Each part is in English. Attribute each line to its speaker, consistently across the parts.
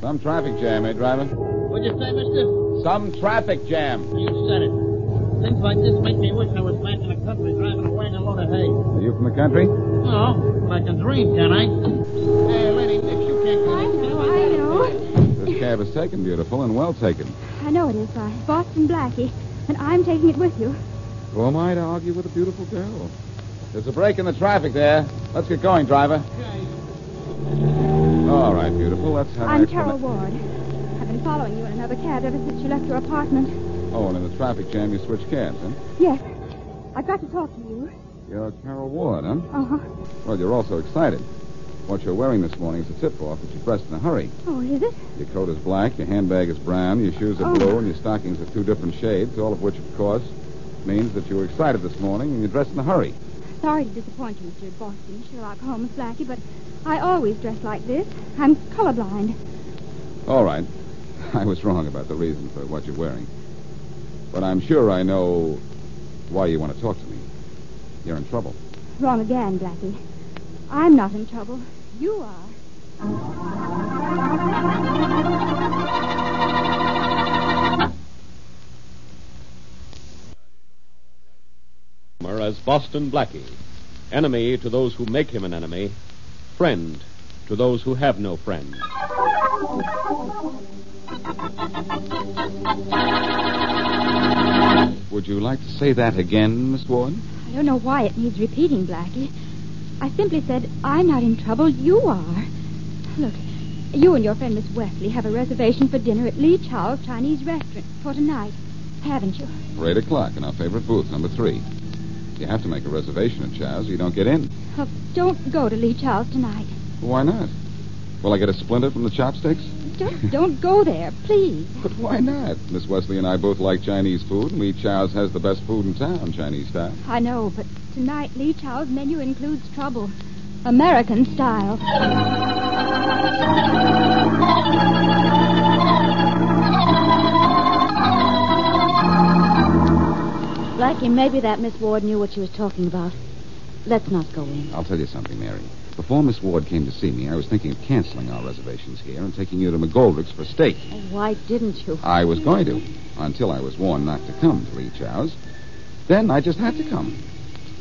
Speaker 1: Some traffic jam, eh, driver?
Speaker 2: What'd you say, mister?
Speaker 1: Some traffic jam.
Speaker 2: You said it. Things like this make me wish I was back in the country driving a wagon load of hay.
Speaker 1: Are you from the country?
Speaker 2: No, but I can dream, can I? Hey, lady, if you can't go...
Speaker 3: I know, I know.
Speaker 1: This cab is taken, beautiful, and well taken.
Speaker 3: I know it is by Boston Blackie, and I'm taking it with you.
Speaker 1: Who am I to argue with a beautiful girl? There's a break in the traffic there. Let's get going, driver. All right, beautiful. Let's have
Speaker 3: I'm
Speaker 1: a-
Speaker 3: Carol Ward. I've been following you in another cab ever since you left your apartment.
Speaker 1: Oh, and in the traffic jam, you switch cabs, huh?
Speaker 3: Yes, I've got to talk to you.
Speaker 1: You're Carol Ward, huh?
Speaker 3: Uh huh.
Speaker 1: Well, you're also excited. What you're wearing this morning is a tip-off that you dressed in a hurry.
Speaker 3: Oh, is it?
Speaker 1: Your coat is black, your handbag is brown, your shoes are
Speaker 3: Oh.
Speaker 1: blue, and your stockings are two different shades, all of which, of course, means that you were excited this morning and you dressed in a hurry.
Speaker 3: Sorry to disappoint you, Mr. Boston Sherlock Holmes Blackie, but I always dress like this. I'm colorblind.
Speaker 1: All right. I was wrong about the reason for what you're wearing. But I'm sure I know why you want to talk to me. You're in trouble.
Speaker 3: Wrong again, Blackie. I'm not in trouble. You are.
Speaker 4: Homer as Boston Blackie, enemy to those who make him an enemy, friend to those who have no friend.
Speaker 1: Would you like to say that again, Miss Ward?
Speaker 3: I don't know why it needs repeating, Blackie. I simply said, I'm not in trouble. You are. Look, you and your friend Miss Wesley have a reservation for dinner at Lee Chow Chinese restaurant for tonight, haven't you?
Speaker 1: For eight o'clock in our favorite booth, number three. You have to make a reservation at Chow's or you don't get in.
Speaker 3: Oh, don't go to Lee Chow's tonight.
Speaker 1: Why not? Will I get a splinter from the chopsticks?
Speaker 3: Don't, don't go there, please.
Speaker 1: But why not? Miss Wesley and I both like Chinese food, and Lee Chow's has the best food in town, Chinese style.
Speaker 3: I know, but tonight Lee Chow's menu includes trouble. American style.
Speaker 5: Blackie, maybe that Miss Ward knew what she was talking about. Let's not go in.
Speaker 1: I'll tell you something, Mary. Before Miss Ward came to see me, I was thinking of canceling our reservations here and taking you to McGoldrick's for steak.
Speaker 5: Why didn't you?
Speaker 1: I was going to, until I was warned not to come to Lee Chow's. Then I just had to come.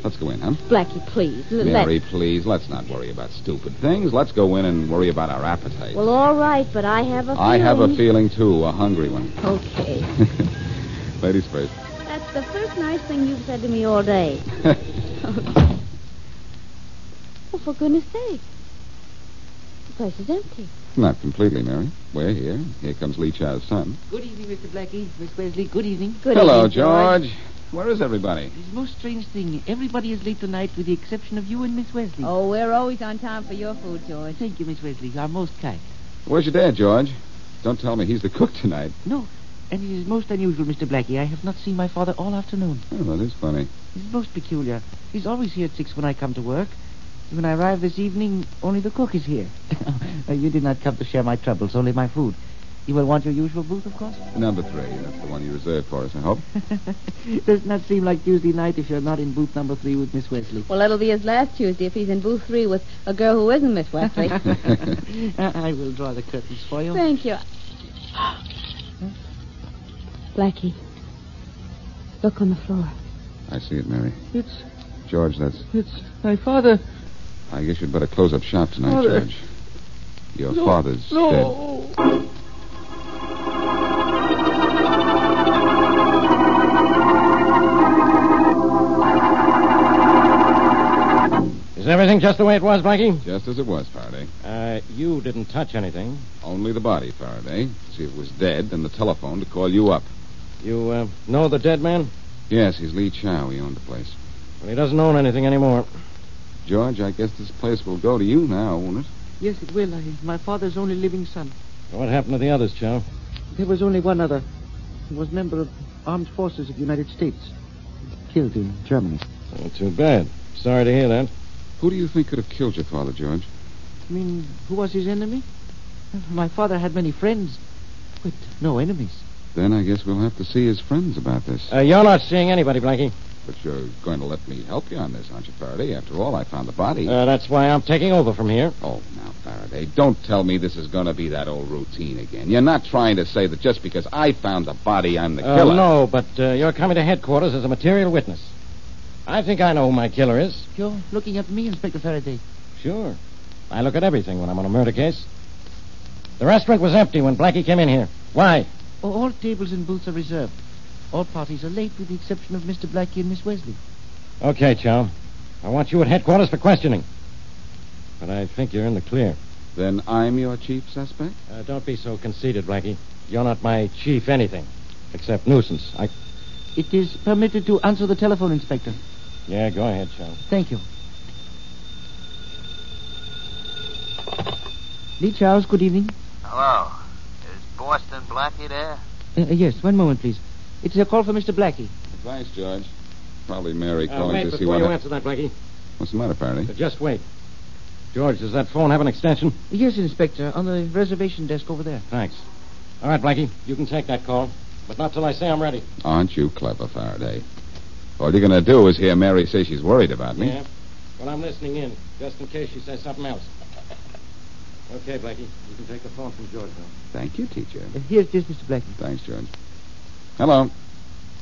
Speaker 1: Let's go in, huh?
Speaker 5: Blackie, please. l- let-
Speaker 1: Mary, please, let's not worry about stupid things. Let's go in and worry about our appetite.
Speaker 5: Well, all right, but I have a feeling.
Speaker 1: I have a feeling, too, a hungry one.
Speaker 5: Okay.
Speaker 1: Ladies first.
Speaker 5: That's the first nice thing you've said to me all day. Well, Oh, for goodness sake. The place is empty.
Speaker 1: Not completely, Mary. We're here. Here comes Lee Chow's son.
Speaker 6: Good evening, Mr. Blackie. Miss Wesley, good evening.
Speaker 5: Good
Speaker 1: Hello,
Speaker 5: evening, George.
Speaker 1: Where is everybody?
Speaker 6: It's a most strange thing. Everybody is late tonight with the exception of you and Miss Wesley.
Speaker 7: Oh, we're always on time for your food, George.
Speaker 6: Thank you, Miss Wesley. You are most kind.
Speaker 1: Where's your dad, George? Don't tell me he's the cook tonight.
Speaker 6: No, and it is most unusual, Mr. Blackie. I have not seen my father all afternoon.
Speaker 1: Oh, that is funny.
Speaker 6: It's most peculiar. He's always here at six when I come to work. When I arrive this evening, only the cook is here. Uh, you did not come to share my troubles, only my food. You will want your usual booth, of course.
Speaker 1: Number three. That's the one you reserved for us, I hope.
Speaker 6: Does not seem like Tuesday night if you're not in booth number three with Miss Wesley.
Speaker 7: Well, that'll be his last Tuesday if he's in booth three with a girl who isn't Miss Wesley. Uh-uh.
Speaker 6: I will draw the curtains for you.
Speaker 7: Thank you.
Speaker 5: Blackie, look on the floor.
Speaker 1: I see it, Mary.
Speaker 6: It's
Speaker 1: George, that's.
Speaker 6: it's my father.
Speaker 1: I guess you'd better close up shop tonight,
Speaker 6: Father.
Speaker 1: George. Your father's dead.
Speaker 4: Is everything just the way it was, Blackie?
Speaker 1: Just as it was, Faraday.
Speaker 4: Uh, you didn't touch anything.
Speaker 1: Only the body, Faraday. See, it was dead, and the telephone to call you up.
Speaker 4: You uh, know the dead man?
Speaker 1: Yes, he's Lee Chow. He owned the place.
Speaker 4: Well, he doesn't own anything anymore.
Speaker 1: George, I guess this place will go to you now, won't it?
Speaker 6: Yes, it will. I, my father's only living son.
Speaker 4: What happened to the others, Chow?
Speaker 6: There was only one other. He was member of Armed Forces of the United States. Killed in Germany.
Speaker 4: Well, too bad. Sorry to hear that.
Speaker 1: Who do you think could have killed your father, George?
Speaker 6: I mean, who was his enemy? My father had many friends, but no enemies.
Speaker 1: Then I guess we'll have to see his friends about this.
Speaker 4: Uh, you're not seeing anybody, Blackie.
Speaker 1: But you're going to let me help you on this, aren't you, Faraday? After all, I found the body.
Speaker 4: Uh, that's why I'm taking over from here.
Speaker 1: Oh, now, Faraday, don't tell me this is going to be that old routine again. You're not trying to say that just because I found the body, I'm the
Speaker 4: Uh,
Speaker 1: killer.
Speaker 4: no, but uh, you're coming to headquarters as a material witness. I think I know who my killer is.
Speaker 8: You're looking at me, Inspector Faraday.
Speaker 4: Sure. I look at everything when I'm on a murder case. The restaurant was empty when Blackie came in here. Why?
Speaker 8: Oh, all tables and booths are reserved. All parties are late with the exception of Mr. Blackie and Miss Wesley.
Speaker 4: Okay, Chow. I want you at headquarters for questioning. But I think you're in the clear.
Speaker 1: Then I'm your chief suspect?
Speaker 4: Uh, don't be so conceited, Blackie. You're not my chief anything, except nuisance. I.
Speaker 8: It is permitted to answer the telephone, Inspector.
Speaker 4: Yeah, go ahead, Chow.
Speaker 8: Thank you. Lee Charles, good evening.
Speaker 9: Hello. Is Boston Blackie there?
Speaker 8: Uh, yes, one moment, please. It's a call for Mr. Blackie.
Speaker 1: Thanks, George. Probably Mary
Speaker 4: Uh,
Speaker 1: calling
Speaker 4: wait
Speaker 1: to see
Speaker 4: before
Speaker 1: what.
Speaker 4: you
Speaker 1: hap-
Speaker 4: answer that, Blackie.
Speaker 1: What's the matter,
Speaker 4: Uh,
Speaker 1: Faraday?
Speaker 4: just wait. George, does that phone have an extension?
Speaker 8: Yes, Inspector, on the reservation desk over there.
Speaker 4: Thanks. All right, Blackie, you can take that call, but not till I say I'm ready.
Speaker 1: Aren't you clever, Faraday? All you're going to do is hear Mary say she's worried about me.
Speaker 4: Yeah? Well, I'm listening in, just in case she says something else. Okay, Blackie, you can take the phone from George now.
Speaker 1: Thank you, teacher.
Speaker 8: Uh, here it is, Mr. Blackie.
Speaker 1: Thanks, George. Hello.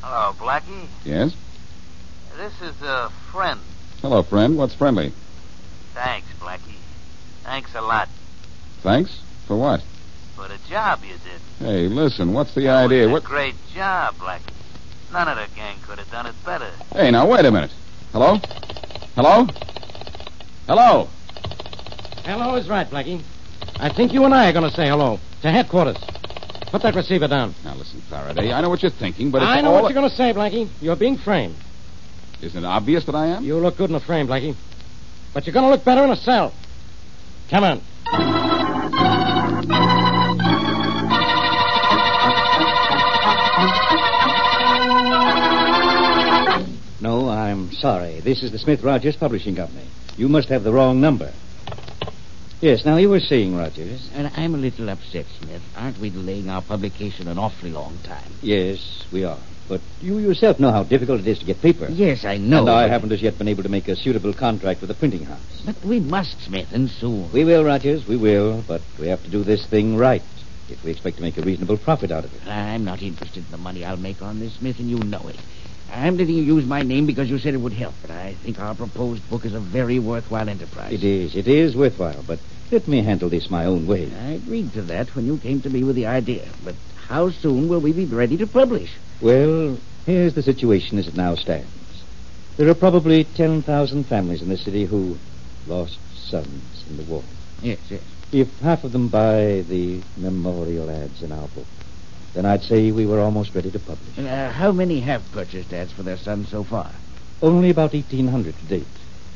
Speaker 9: Hello, Blackie.
Speaker 1: Yes?
Speaker 9: This is a friend.
Speaker 1: Hello, friend. What's friendly?
Speaker 9: Thanks, Blackie. Thanks a lot
Speaker 1: Thanks? For what?
Speaker 9: for the job you did.
Speaker 1: Hey, listen, what's the
Speaker 9: That
Speaker 1: idea?
Speaker 9: was a
Speaker 1: What?
Speaker 9: great job, Blackie. None of the gang could have done it better.
Speaker 1: Hey, now, wait a minute. Hello? Hello? Hello?
Speaker 4: Hello is right, Blackie. I think you and I are going to say hello to headquarters. Put that receiver down.
Speaker 1: Now, listen, Faraday, I know what you're thinking, but it's
Speaker 4: I know
Speaker 1: all...
Speaker 4: what you're going to say, Blackie. You're being framed.
Speaker 1: Isn't it obvious that I am?
Speaker 4: You look good in a frame, Blackie. But you're going to look better in a cell. Come on.
Speaker 10: No, I'm sorry. This is the Smith Rogers Publishing Company. You must have the wrong number. Yes, now you were seeing Rogers.
Speaker 8: And I'm a little upset, Smith. Aren't we delaying our publication an awfully long time?
Speaker 10: Yes, we are. But you yourself know how difficult it is to get paper.
Speaker 8: Yes, I know.
Speaker 10: And I
Speaker 8: but-
Speaker 10: haven't as yet been able to make a suitable contract with the printing house.
Speaker 8: But we must, Smith, and soon.
Speaker 10: We will, Rogers, we will. But we have to do this thing right if we expect to make a reasonable profit out of it.
Speaker 8: I'm not interested in the money I'll make on this, Smith, and you know it. I'm letting you use my name because you said it would help, but I think our proposed book is a very worthwhile enterprise.
Speaker 10: It is, it is worthwhile. But let me handle this my own way.
Speaker 8: I agreed to that when you came to me with the idea, but how soon will we be ready to publish?
Speaker 10: Well, here's the situation as it now stands. There are probably 10,000 families in this city who lost sons in the war.
Speaker 8: Yes, yes.
Speaker 10: If half of them buy the memorial ads in our book, then I'd say we were almost ready to publish.
Speaker 8: Uh, how many have purchased ads for their sons so far?
Speaker 10: Only about 1,800 to date.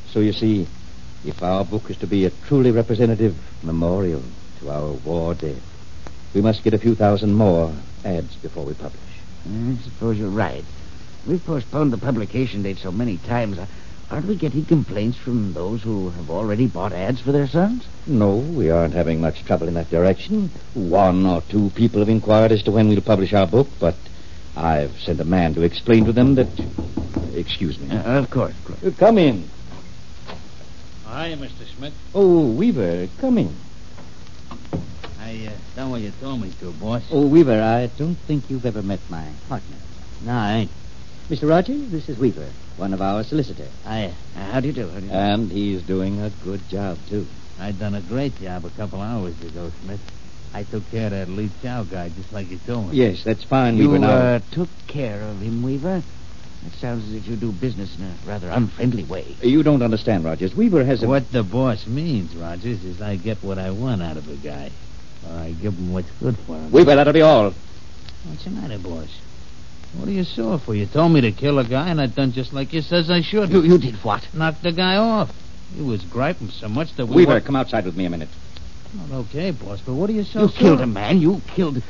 Speaker 10: So you see, if our book is to be a truly representative memorial to our war dead, we must get a few thousand more ads before we publish. Mm-hmm.
Speaker 8: I suppose you're right. We've postponed the publication date so many times. uh, Aren't we getting complaints from those who have already bought ads for their sons?
Speaker 10: No, we aren't having much trouble in that direction. One or two people have inquired as to when we'll publish our book, but I've sent a man to explain to them that. Excuse me.
Speaker 8: Uh, of course, of course.
Speaker 10: Uh, Come in.
Speaker 9: Hi, Mr. Schmidt.
Speaker 10: Oh, Weaver, come in.
Speaker 9: I uh, done what you told me to, boss.
Speaker 10: Oh, Weaver, I don't think you've ever met my partner. No, I ain't. Mr. Rogers, this is Weaver, one of our solicitors.
Speaker 9: I
Speaker 8: Uh, how do you do? How do you do?
Speaker 10: And he's doing a good job, too.
Speaker 9: I done a great job a couple hours ago, Smith. I took care of that Lee Chow guy just like you told me.
Speaker 10: Yes, that's fine,
Speaker 8: Oh. you
Speaker 10: Weaver. Now,
Speaker 8: uh, took care of him, Weaver. It sounds as if you do business in a rather unfriendly way.
Speaker 10: you don't understand, Rogers. Weaver has a.
Speaker 9: What the boss means, Rogers, is I get what I want out of a guy. Or I give him what's good for him.
Speaker 10: Weaver, that'll be all.
Speaker 9: What's the matter, boss? What are you sore for? You told me to kill a guy, and I done just like you says I should.
Speaker 8: You, you did what?
Speaker 9: knocked the guy off. He was griping so much that we
Speaker 10: Weaver,
Speaker 9: wa-
Speaker 10: come outside with me a minute.
Speaker 9: Well, okay, boss, but what are you so
Speaker 8: you
Speaker 9: sore?
Speaker 8: killed a man. You killed.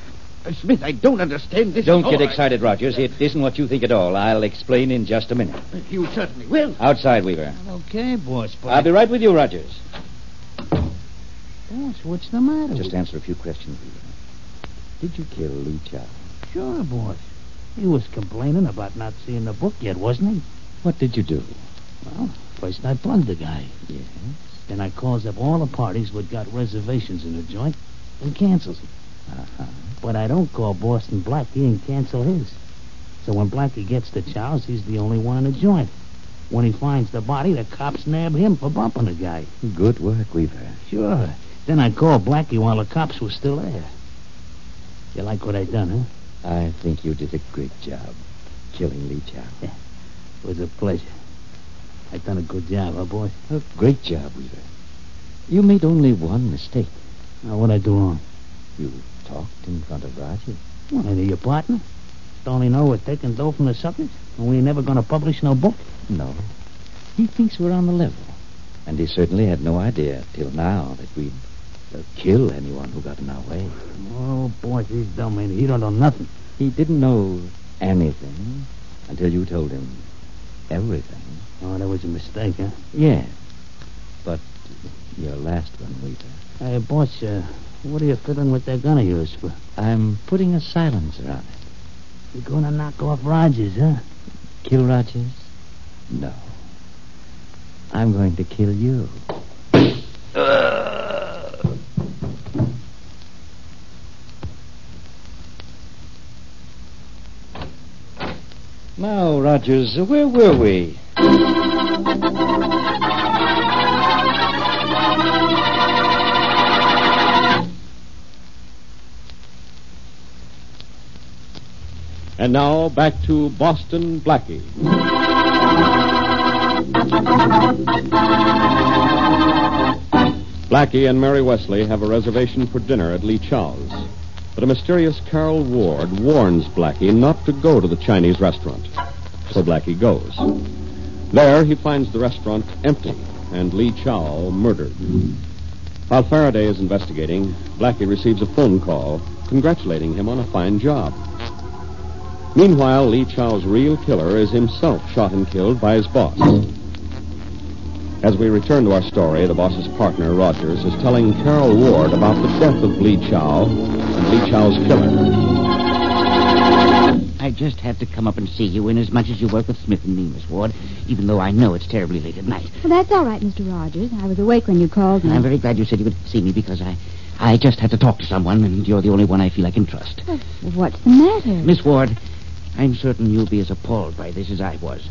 Speaker 8: Uh, Smith, I don't understand this.
Speaker 10: Don't
Speaker 8: at
Speaker 10: get
Speaker 8: all.
Speaker 10: excited, Rogers. It isn't what you think at all. I'll explain in just a minute.
Speaker 8: I- You certainly will.
Speaker 10: Outside, Weaver.
Speaker 9: Okay, boss, but
Speaker 10: I'll be right with you, Rogers.
Speaker 9: boss, what's the matter?
Speaker 10: Just answer a few questions, Weaver. Did you kill Lee Chow?
Speaker 9: Sure, boss. He was complaining about not seeing the book yet, wasn't he?
Speaker 4: What did you do?
Speaker 9: Well, first I plugged the guy. Yes. Then I calls up all the parties what got reservations in the joint and cancels them. Uh-huh. But I don't call Boston Blackie and cancel his. So when Blackie gets to Charles, he's the only one in the joint. When he finds the body, the cops nab him for bumping the guy.
Speaker 10: Good work, Weaver.
Speaker 9: Sure. Then I called Blackie while the cops were still there. You like what I done, huh?
Speaker 10: I think you did a great job killing Lee Chow.
Speaker 9: It was a pleasure. I done a good job, huh, boy?
Speaker 10: A great job, Weaver. You made only one mistake.
Speaker 9: Now, what I do wrong?
Speaker 10: You talked in front of Roger.
Speaker 9: Well, ain't he your partner? Don't he know we're taking dough from the suckers? And we ain't never going to publish no book?
Speaker 10: No. He thinks we're on the level. And he certainly had no idea till now that we'd uh, kill anyone who got in our way.
Speaker 9: Oh, boy, he's dumb, ain't he? He don't know nothing.
Speaker 10: He didn't know anything until you told him everything.
Speaker 9: Oh, that was a mistake, huh?
Speaker 10: Yeah. But your last one, Weaver.
Speaker 9: Hey, boss, uh, what are you fiddling with that gun of yours for?
Speaker 10: I'm putting a silence around it.
Speaker 9: You're going to knock off Rogers, huh?
Speaker 10: Kill Rogers? No. I'm going to kill you. Now, Rogers, where were we?
Speaker 11: And now back to Boston Blackie. Blackie and Mary Wesley have a reservation for dinner at Lee Chow's. But a mysterious Carol Ward warns Blackie not to go to the Chinese restaurant. So Blackie goes. There, he finds the restaurant empty and Lee Chow murdered. While Faraday is investigating, Blackie receives a phone call congratulating him on a fine job. Meanwhile, Lee Chow's real killer is himself shot and killed by his boss. As we return to our story, the boss's partner, Rogers, is telling Carol Ward about the death of Lee Chow and Lee Chow's killer.
Speaker 8: I just had to come up and see you, inasmuch as you work with Smith and me, Miss Ward, even though I know it's terribly late at night.
Speaker 3: Well, that's all right, Mr. Rogers. I was awake when you called me.
Speaker 8: I'm very glad you said you would see me because I, I just had to talk to someone, and you're the only one I feel I can trust.
Speaker 3: Well, What's the matter?
Speaker 8: Miss Ward, I'm certain you'll be as appalled by this as I was.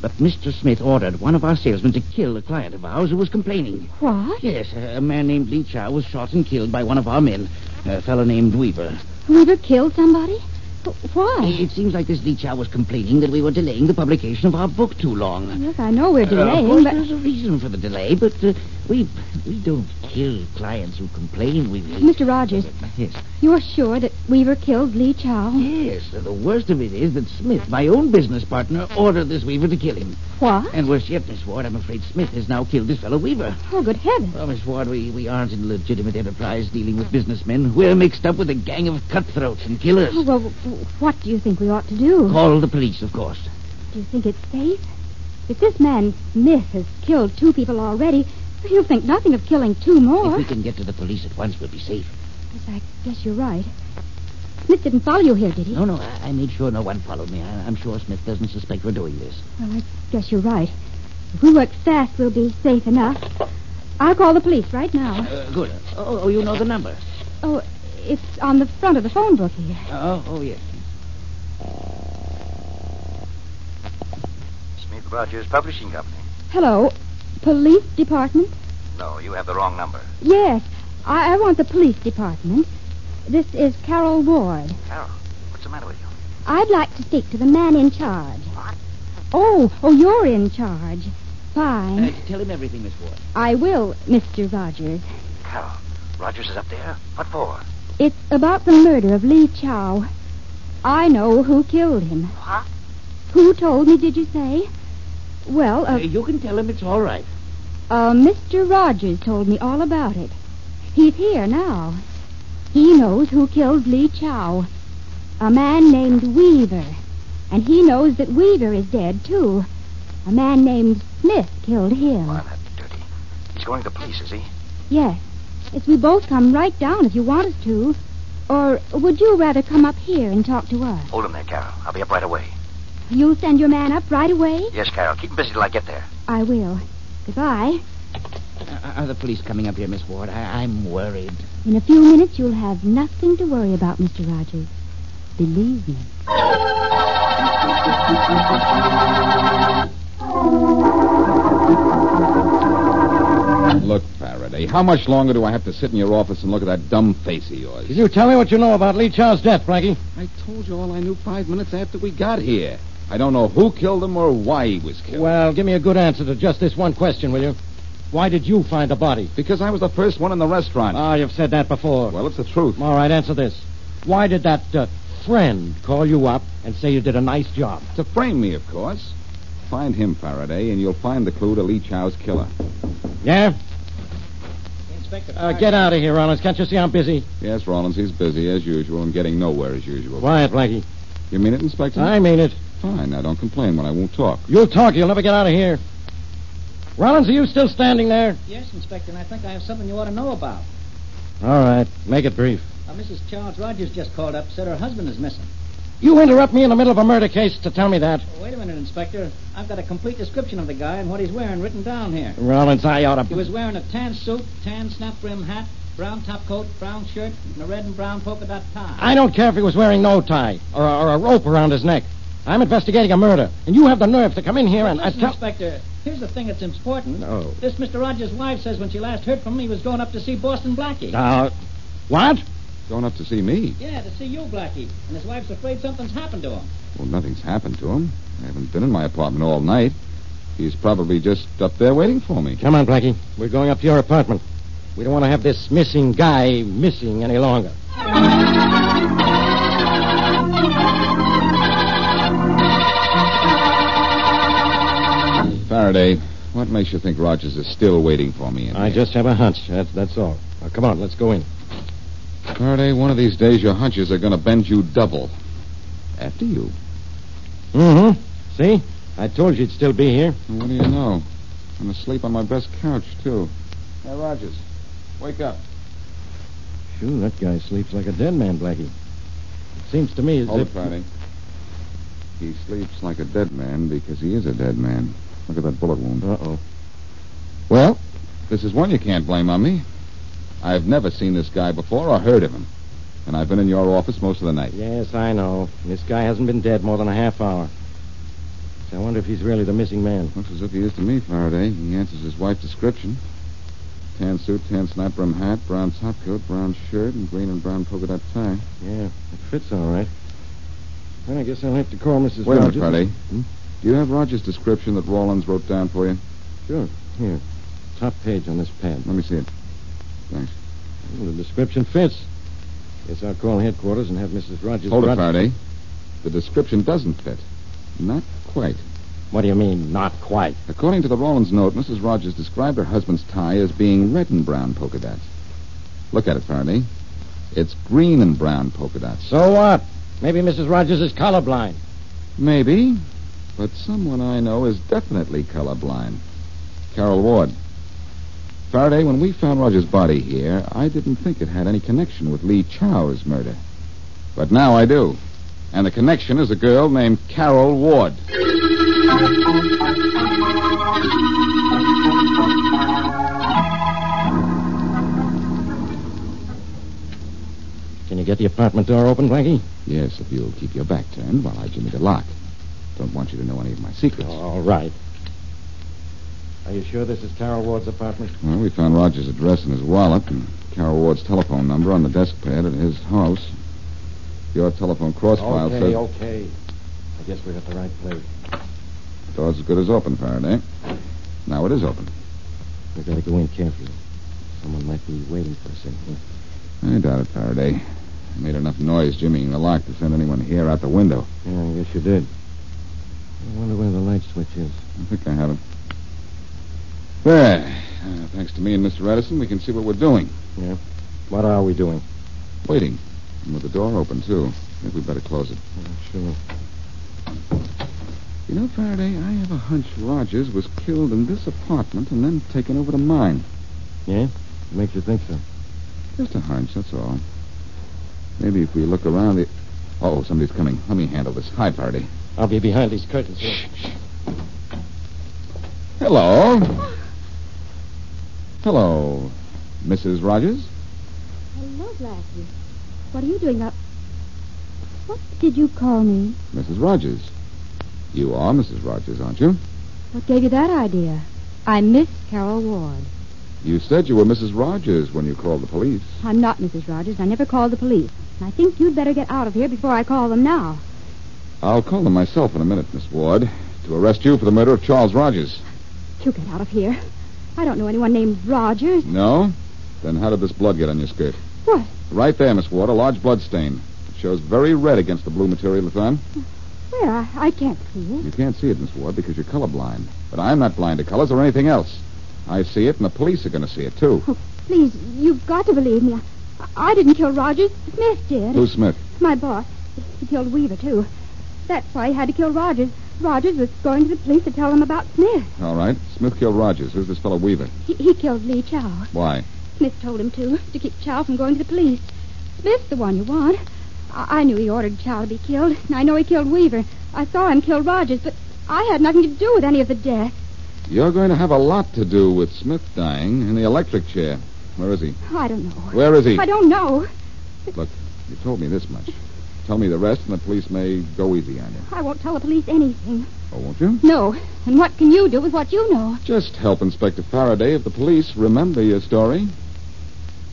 Speaker 8: But Mr. Smith ordered one of our salesmen to kill a client of ours who was complaining.
Speaker 3: What?
Speaker 8: Yes, a a man named Lee Chow was shot and killed by one of our men, a fellow named Weaver.
Speaker 3: Weaver killed somebody? Wh- Why?
Speaker 8: It seems like this Lee Chow was complaining that we were delaying the publication of our book too long.
Speaker 3: Yes, I know we're
Speaker 8: Uh, of course,
Speaker 3: delaying, but
Speaker 8: there's a reason for the delay, but uh, we we don't kill clients who complain. We
Speaker 3: Mr. Rogers,
Speaker 8: yes,
Speaker 3: you're sure that Weaver killed Lee Chow?
Speaker 8: yes. The worst of it is that Smith, my own business partner, ordered this Weaver to kill him.
Speaker 3: What?
Speaker 8: And worse yet, Miss Ward, I'm afraid Smith has now killed this fellow Weaver.
Speaker 3: Oh, good heavens.
Speaker 8: Well, Miss Ward, we, we aren't in legitimate enterprise dealing with businessmen. We're mixed up with a gang of cutthroats and killers.
Speaker 3: Oh, well, w- what do you think we ought to do?
Speaker 8: Call the police, of course.
Speaker 3: Do you think it's safe? If this man, Smith, has killed two people already, he'll think nothing of killing two more.
Speaker 8: If we can get to the police at once, we'll be safe.
Speaker 3: Yes, I guess you're right. Smith didn't follow you here, did he?
Speaker 8: No, no, I, I made sure no one followed me. I, I'm sure Smith doesn't suspect we're doing this.
Speaker 3: Well, I guess you're right. If we work fast, we'll be safe enough. I'll call the police right now.
Speaker 8: Uh, good. Oh, oh, you know the number.
Speaker 3: Oh, it's on the front of the phone book here.
Speaker 8: Oh, oh, yes.
Speaker 12: Smith Rogers Publishing Company.
Speaker 3: Hello, police department?
Speaker 12: No, you have the wrong number.
Speaker 3: Yes, I, I want the police department. This is Carol Ward.
Speaker 12: Carol, what's the matter with you?
Speaker 3: I'd like to speak to the man in charge.
Speaker 12: What?
Speaker 3: Oh, oh, you're in charge. Fine.
Speaker 8: Uh, tell him everything, Miss Ward.
Speaker 3: I will, Mr. Rogers.
Speaker 12: Carol, Rogers is up there. What for?
Speaker 3: It's about the murder of Lee Chow. I know who killed him.
Speaker 12: What?
Speaker 3: Who told me, did you say? Well,
Speaker 8: Uh,
Speaker 3: uh,
Speaker 8: you can tell him it's all right.
Speaker 3: uh, Mr. Rogers told me all about it. He's here now. He knows who killed Lee Chow. A man named Weaver. And he knows that Weaver is dead, too. A man named Smith killed him.
Speaker 12: Why, that dirty. He's going to the police, is he?
Speaker 3: Yes. Yes, we both come right down if you want us to. Or would you rather come up here and talk to us?
Speaker 12: Hold him there, Carol. I'll be up right away.
Speaker 3: You'll send your man up right away?
Speaker 12: Yes, Carol. Keep him busy till I get there.
Speaker 3: I will. Goodbye.
Speaker 8: Are the police coming up here, Miss Ward? I- I'm worried.
Speaker 3: In a few minutes, you'll have nothing to worry about, Mr. Rogers. Believe me.
Speaker 1: Look, Faraday, how much longer do I have to sit in your office and look at that dumb face of yours?
Speaker 4: Did you tell me what you know about Lee Chow's death, Blackie?
Speaker 1: I told you all I knew five minutes after we got here. I don't know who killed him or why he was killed.
Speaker 4: Well, give me a good answer to just this one question, will you? Why did you find the body?
Speaker 1: Because I was the first one in the restaurant.
Speaker 4: Ah, you've said that before.
Speaker 1: Well, it's the truth.
Speaker 4: All right, answer this. Why did that uh, friend call you up and say you did a nice job?
Speaker 1: To frame me, of course. Find him, Faraday, and you'll find the clue to Lee Chow's killer.
Speaker 4: Yeah?
Speaker 13: Inspector.
Speaker 4: Uh, get out of here, Rollins. Can't you see I'm busy?
Speaker 1: Yes, Rollins, he's busy as usual and getting nowhere as usual.
Speaker 4: Quiet, Blackie.
Speaker 1: You mean it, Inspector?
Speaker 4: I mean it.
Speaker 1: Fine, now don't complain when I won't talk.
Speaker 4: You'll talk. You'll never get out of here. Rollins, are you still standing there?
Speaker 14: Yes, Inspector, and I think I have something you ought to know about.
Speaker 4: All right. Make it brief.
Speaker 14: Now, Mrs. Charles Rogers just called up, said her husband is missing. Oh,
Speaker 4: You interrupt me in the middle of a murder case to tell me that.
Speaker 14: Wait a minute, Inspector. I've got a complete description of the guy and what he's wearing written down here.
Speaker 4: Rollins, I ought to.
Speaker 14: He was wearing a tan suit, tan snap brim hat, brown top coat, brown shirt, and a red and brown polka dot tie.
Speaker 4: I don't care if he was wearing no tie or, or a rope around his neck. I'm investigating a murder, and you have the nerve to come in here and.
Speaker 14: Listen,
Speaker 4: I Uh, tell-
Speaker 14: Inspector, here's the thing that's important.
Speaker 4: No.
Speaker 14: This Mr. Rogers' wife says when she last heard from him, he was going up to see Boston Blackie.
Speaker 4: Now, Uh, what?
Speaker 1: Going up to see me.
Speaker 14: Yeah, to see you, Blackie. And his wife's afraid something's happened to him.
Speaker 1: Well, nothing's happened to him. I haven't been in my apartment all night. He's probably just up there waiting for me.
Speaker 4: Come on, Blackie. We're going up to your apartment. We don't want to have this missing guy missing any longer.
Speaker 1: Faraday, what makes you think Rogers is still waiting for me? In
Speaker 4: I
Speaker 1: here?
Speaker 4: just have a hunch. That's, that's all. Now, come on, let's go in.
Speaker 1: Faraday, one of these days your hunches are going to bend you double. After you.
Speaker 4: Mm-hmm. See? I told you you'd still be here.
Speaker 1: What do you know? I'm asleep on my best couch, too. Hey, Rogers, wake up.
Speaker 4: Sure, that guy sleeps like a dead man, Blackie. It seems to me as
Speaker 1: Hold
Speaker 4: if...
Speaker 1: it, Faraday. He sleeps like a dead man because he is a dead man. Look at that bullet wound.
Speaker 4: Uh-oh.
Speaker 1: Well, this is one you can't blame on me. I've never seen this guy before or heard of him. And I've been in your office most of the night.
Speaker 4: Yes, I know. This guy hasn't been dead more than a half hour. So I wonder if he's really the missing man.
Speaker 1: Looks as if he is to me, Faraday. He answers his wife's description. Tan suit, tan snap brim hat, brown top coat, brown shirt, and green and brown polka dot tie.
Speaker 4: Yeah, it fits all right. Well, I guess I'll have to call Mrs.
Speaker 1: Wait a minute,
Speaker 4: Rogers.
Speaker 1: Faraday.
Speaker 4: Hmm?
Speaker 1: Do you have Roger's description that Rawlins wrote down for you?
Speaker 4: Sure. Here. Top page on this pad.
Speaker 1: Let me see it. Thanks.
Speaker 4: Well, the description fits. Guess I'll call headquarters and have Mrs. Rogers.
Speaker 1: Hold it,
Speaker 4: brought-
Speaker 1: Faraday. The description doesn't fit. Not quite.
Speaker 4: What do you mean, not quite?
Speaker 1: According to the Rollins note, Mrs. Rogers described her husband's tie as being red and brown polka dots. Look at it, Faraday. It's green and brown polka dots.
Speaker 4: So what? Maybe Mrs. Rogers is colorblind.
Speaker 1: Maybe, but someone I know is definitely colorblind. Carol Ward. Faraday, when we found Roger's body here, I didn't think it had any connection with Lee Chow's murder. But now I do. And the connection is a girl named Carol Ward.
Speaker 4: Can you get the apartment door open, Blackie?
Speaker 1: Yes, if you'll keep your back turned while I jimmy the lock. Don't want you to know any of my secrets.
Speaker 4: All right. Are you sure this is Carol Ward's apartment?
Speaker 1: Well, we found Roger's address in his wallet and Carol Ward's telephone number on the desk pad at his house. Your telephone cross file
Speaker 4: okay,
Speaker 1: says
Speaker 4: okay. I guess we're at the right place.
Speaker 1: door's as good as open, Faraday. Now it is open.
Speaker 4: We gotta go in carefully. Someone might be waiting for us in here.
Speaker 1: I doubt it, Faraday. I made enough noise jimmying the lock to send anyone here out the window.
Speaker 4: Yeah, I guess you did. I wonder where the light switch is.
Speaker 1: I think I have it. There. Uh, thanks to me and Mr. Edison, we can see what we're doing.
Speaker 4: Yeah. What are we doing?
Speaker 1: Waiting. And with the door open, too. I think we better close it.
Speaker 13: Oh,
Speaker 4: sure.
Speaker 1: You know, Faraday, I have a hunch Rogers was killed in this apartment and then taken over to mine.
Speaker 4: Yeah? Makes you think so.
Speaker 1: Just a hunch, that's all. Maybe if we look around it. Oh, somebody's coming. Let me handle this. Hi, Faraday.
Speaker 13: I'll be behind these curtains. Here.
Speaker 1: Hello. Hello, Mrs. Rogers.
Speaker 3: Hello, Blackie. What are you doing up? What did you call me?
Speaker 1: Mrs. Rogers. You are Mrs. Rogers, aren't you?
Speaker 3: What gave you that idea? I'm Miss Carol Ward.
Speaker 1: You said you were Mrs. Rogers when you called the police.
Speaker 3: I'm not Mrs. Rogers. I never called the police. And I think you'd better get out of here before I call them now.
Speaker 1: I'll call them myself in a minute, Miss Ward, to arrest you for the murder of Charles Rogers.
Speaker 3: You get out of here. I don't know anyone named Rogers.
Speaker 1: No? Then how did this blood get on your skirt?
Speaker 3: What?
Speaker 1: Right there, Miss Ward, a large blood stain. It shows very red against the blue material it's on.
Speaker 3: Where? I, I can't see
Speaker 1: You
Speaker 3: it.
Speaker 1: can't see it, Miss Ward, because you're colorblind. But I'm not blind to colors or anything else. I see it, and the police are going to see it, too.
Speaker 3: Oh, please, you've got to believe me. I, I didn't kill Rogers. Smith did.
Speaker 1: Who's Smith?
Speaker 3: My boss. He killed Weaver, too. That's why he had to kill Rogers. Rogers was going to the police to tell them about Smith.
Speaker 1: All right. Smith killed Rogers. Who's this fellow Weaver?
Speaker 3: He, he killed Lee Chow.
Speaker 1: Why?
Speaker 3: Smith told him to, to keep Chow from going to the police. Smith's the one you want. I, I knew he ordered Chow to be killed, and I know he killed Weaver. I saw him kill Rogers, but I had nothing to do with any of the death.
Speaker 1: You're going to have a lot to do with Smith dying in the electric chair. Where is he?
Speaker 3: I don't know.
Speaker 1: Where is he?
Speaker 3: I don't know.
Speaker 1: Look, you told me this much. Tell me the rest, and the police may go easy on you.
Speaker 3: I won't tell the police anything.
Speaker 1: Oh, won't you?
Speaker 3: No. And what can you do with what you know?
Speaker 1: Just help Inspector Faraday of the police remember your story.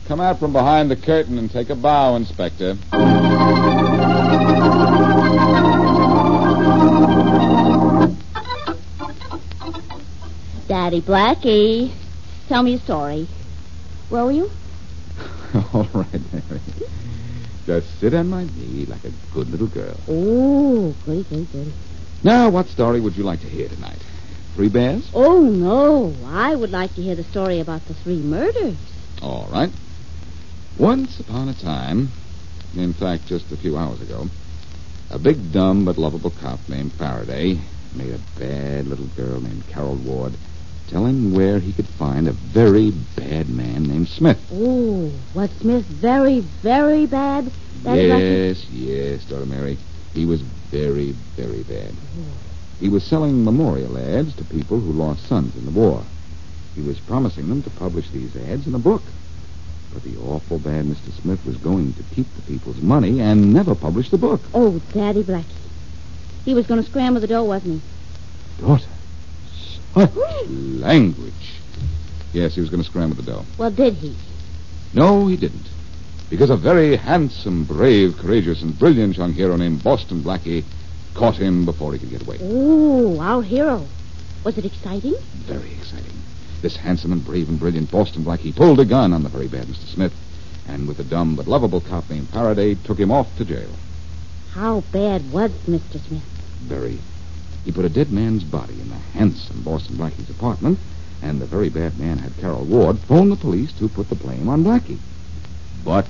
Speaker 1: Come out from behind the curtain and take a bow, Inspector.
Speaker 5: Daddy Blackie, tell me a story. Where were you?
Speaker 1: All right, Mary. Just sit on my knee like a good little girl.
Speaker 5: Oh, goody, goody, goody.
Speaker 1: Now, what story would you like to hear tonight? Three bears?
Speaker 5: Oh, no. I would like to hear the story about the three murders.
Speaker 1: All right. Once upon a time, in fact, just a few hours ago, a big, dumb, but lovable cop named Faraday made a bad little girl named Carol Ward tell him where he could find a very bad man named Smith.
Speaker 5: Oh, was Smith very, very bad? Daddy Blackie?
Speaker 1: yes, yes, daughter Mary. He was very, very bad. He was selling memorial ads to people who lost sons in the war. He was promising them to publish these ads in a book. But the awful bad Mr. Smith was going to keep the people's money and never publish the book.
Speaker 5: Oh, Daddy Blackie. He was going to scramble the door, wasn't
Speaker 1: Daughter. What
Speaker 5: he?
Speaker 1: language? Yes, he was going to scramble the dough.
Speaker 5: Well, did he?
Speaker 1: No, he didn't. Because a very handsome, brave, courageous, and brilliant young hero named Boston Blackie caught him before he could get away.
Speaker 5: Oh, our hero. Was it exciting?
Speaker 1: Very exciting. This handsome and brave and brilliant Boston Blackie pulled a gun on the very bad Mr. Smith, and with a dumb but lovable cop named Faraday, took him off to jail.
Speaker 5: How bad was Mr. Smith?
Speaker 1: Very. He put a dead man's body in the handsome Boston Blackie's apartment, and the very bad man had Carol Ward phone the police to put the blame on Blackie. But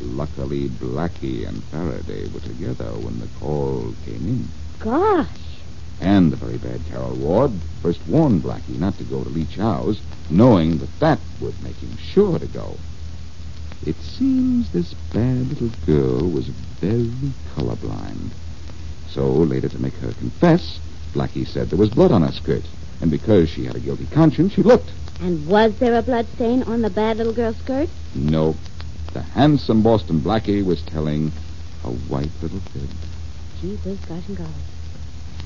Speaker 1: luckily, Blackie and Faraday were together when the call came in.
Speaker 5: Gosh.
Speaker 1: And the very bad Carol Ward first warned Blackie not to go to Lee Chow's, knowing that that would make him sure to go. It seems this bad little girl was very colorblind. So, later to make her confess, Blackie said there was blood on her skirt. And because she had a guilty conscience, she looked.
Speaker 5: And was there a blood stain on the bad little girl's skirt?
Speaker 1: No, the handsome Boston Blackie was telling a white little fib.
Speaker 5: Gee whiz, gosh and golly.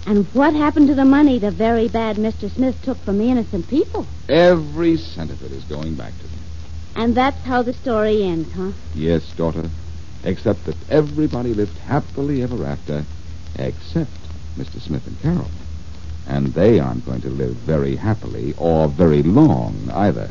Speaker 5: And what happened to the money the very bad Mr. Smith took from the innocent people?
Speaker 1: Every cent of it is going back to them.
Speaker 5: And that's how the story ends, huh?
Speaker 1: Yes, daughter. Except that everybody lived happily ever after, except Mr. Smith and Carol. And they aren't going to live very happily or very long either.